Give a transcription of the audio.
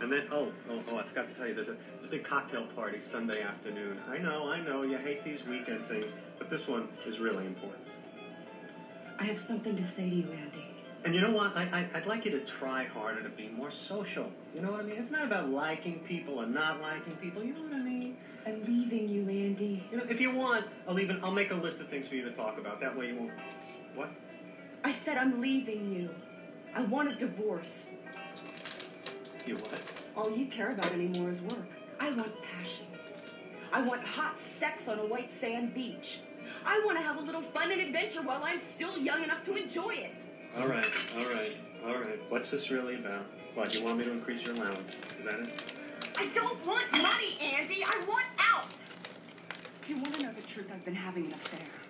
And then, oh, oh, oh, I forgot to tell you, there's a, there's a big cocktail party Sunday afternoon. I know, I know, you hate these weekend things, but this one is really important. I have something to say to you, Andy. And you know what? I, I, I'd like you to try harder to be more social. You know what I mean? It's not about liking people or not liking people. You know what I mean? I'm leaving you, Andy. You know, if you want, I'll even I'll make a list of things for you to talk about. That way you won't. What? I said I'm leaving you. I want a divorce. You what? All you care about anymore is work. I want passion. I want hot sex on a white sand beach. I want to have a little fun and adventure while I'm still young enough to enjoy it. All right, all right, all right. What's this really about? What? You want me to increase your allowance? Is that it? I don't want money, Andy. I want out. If you want to know the truth, I've been having an affair.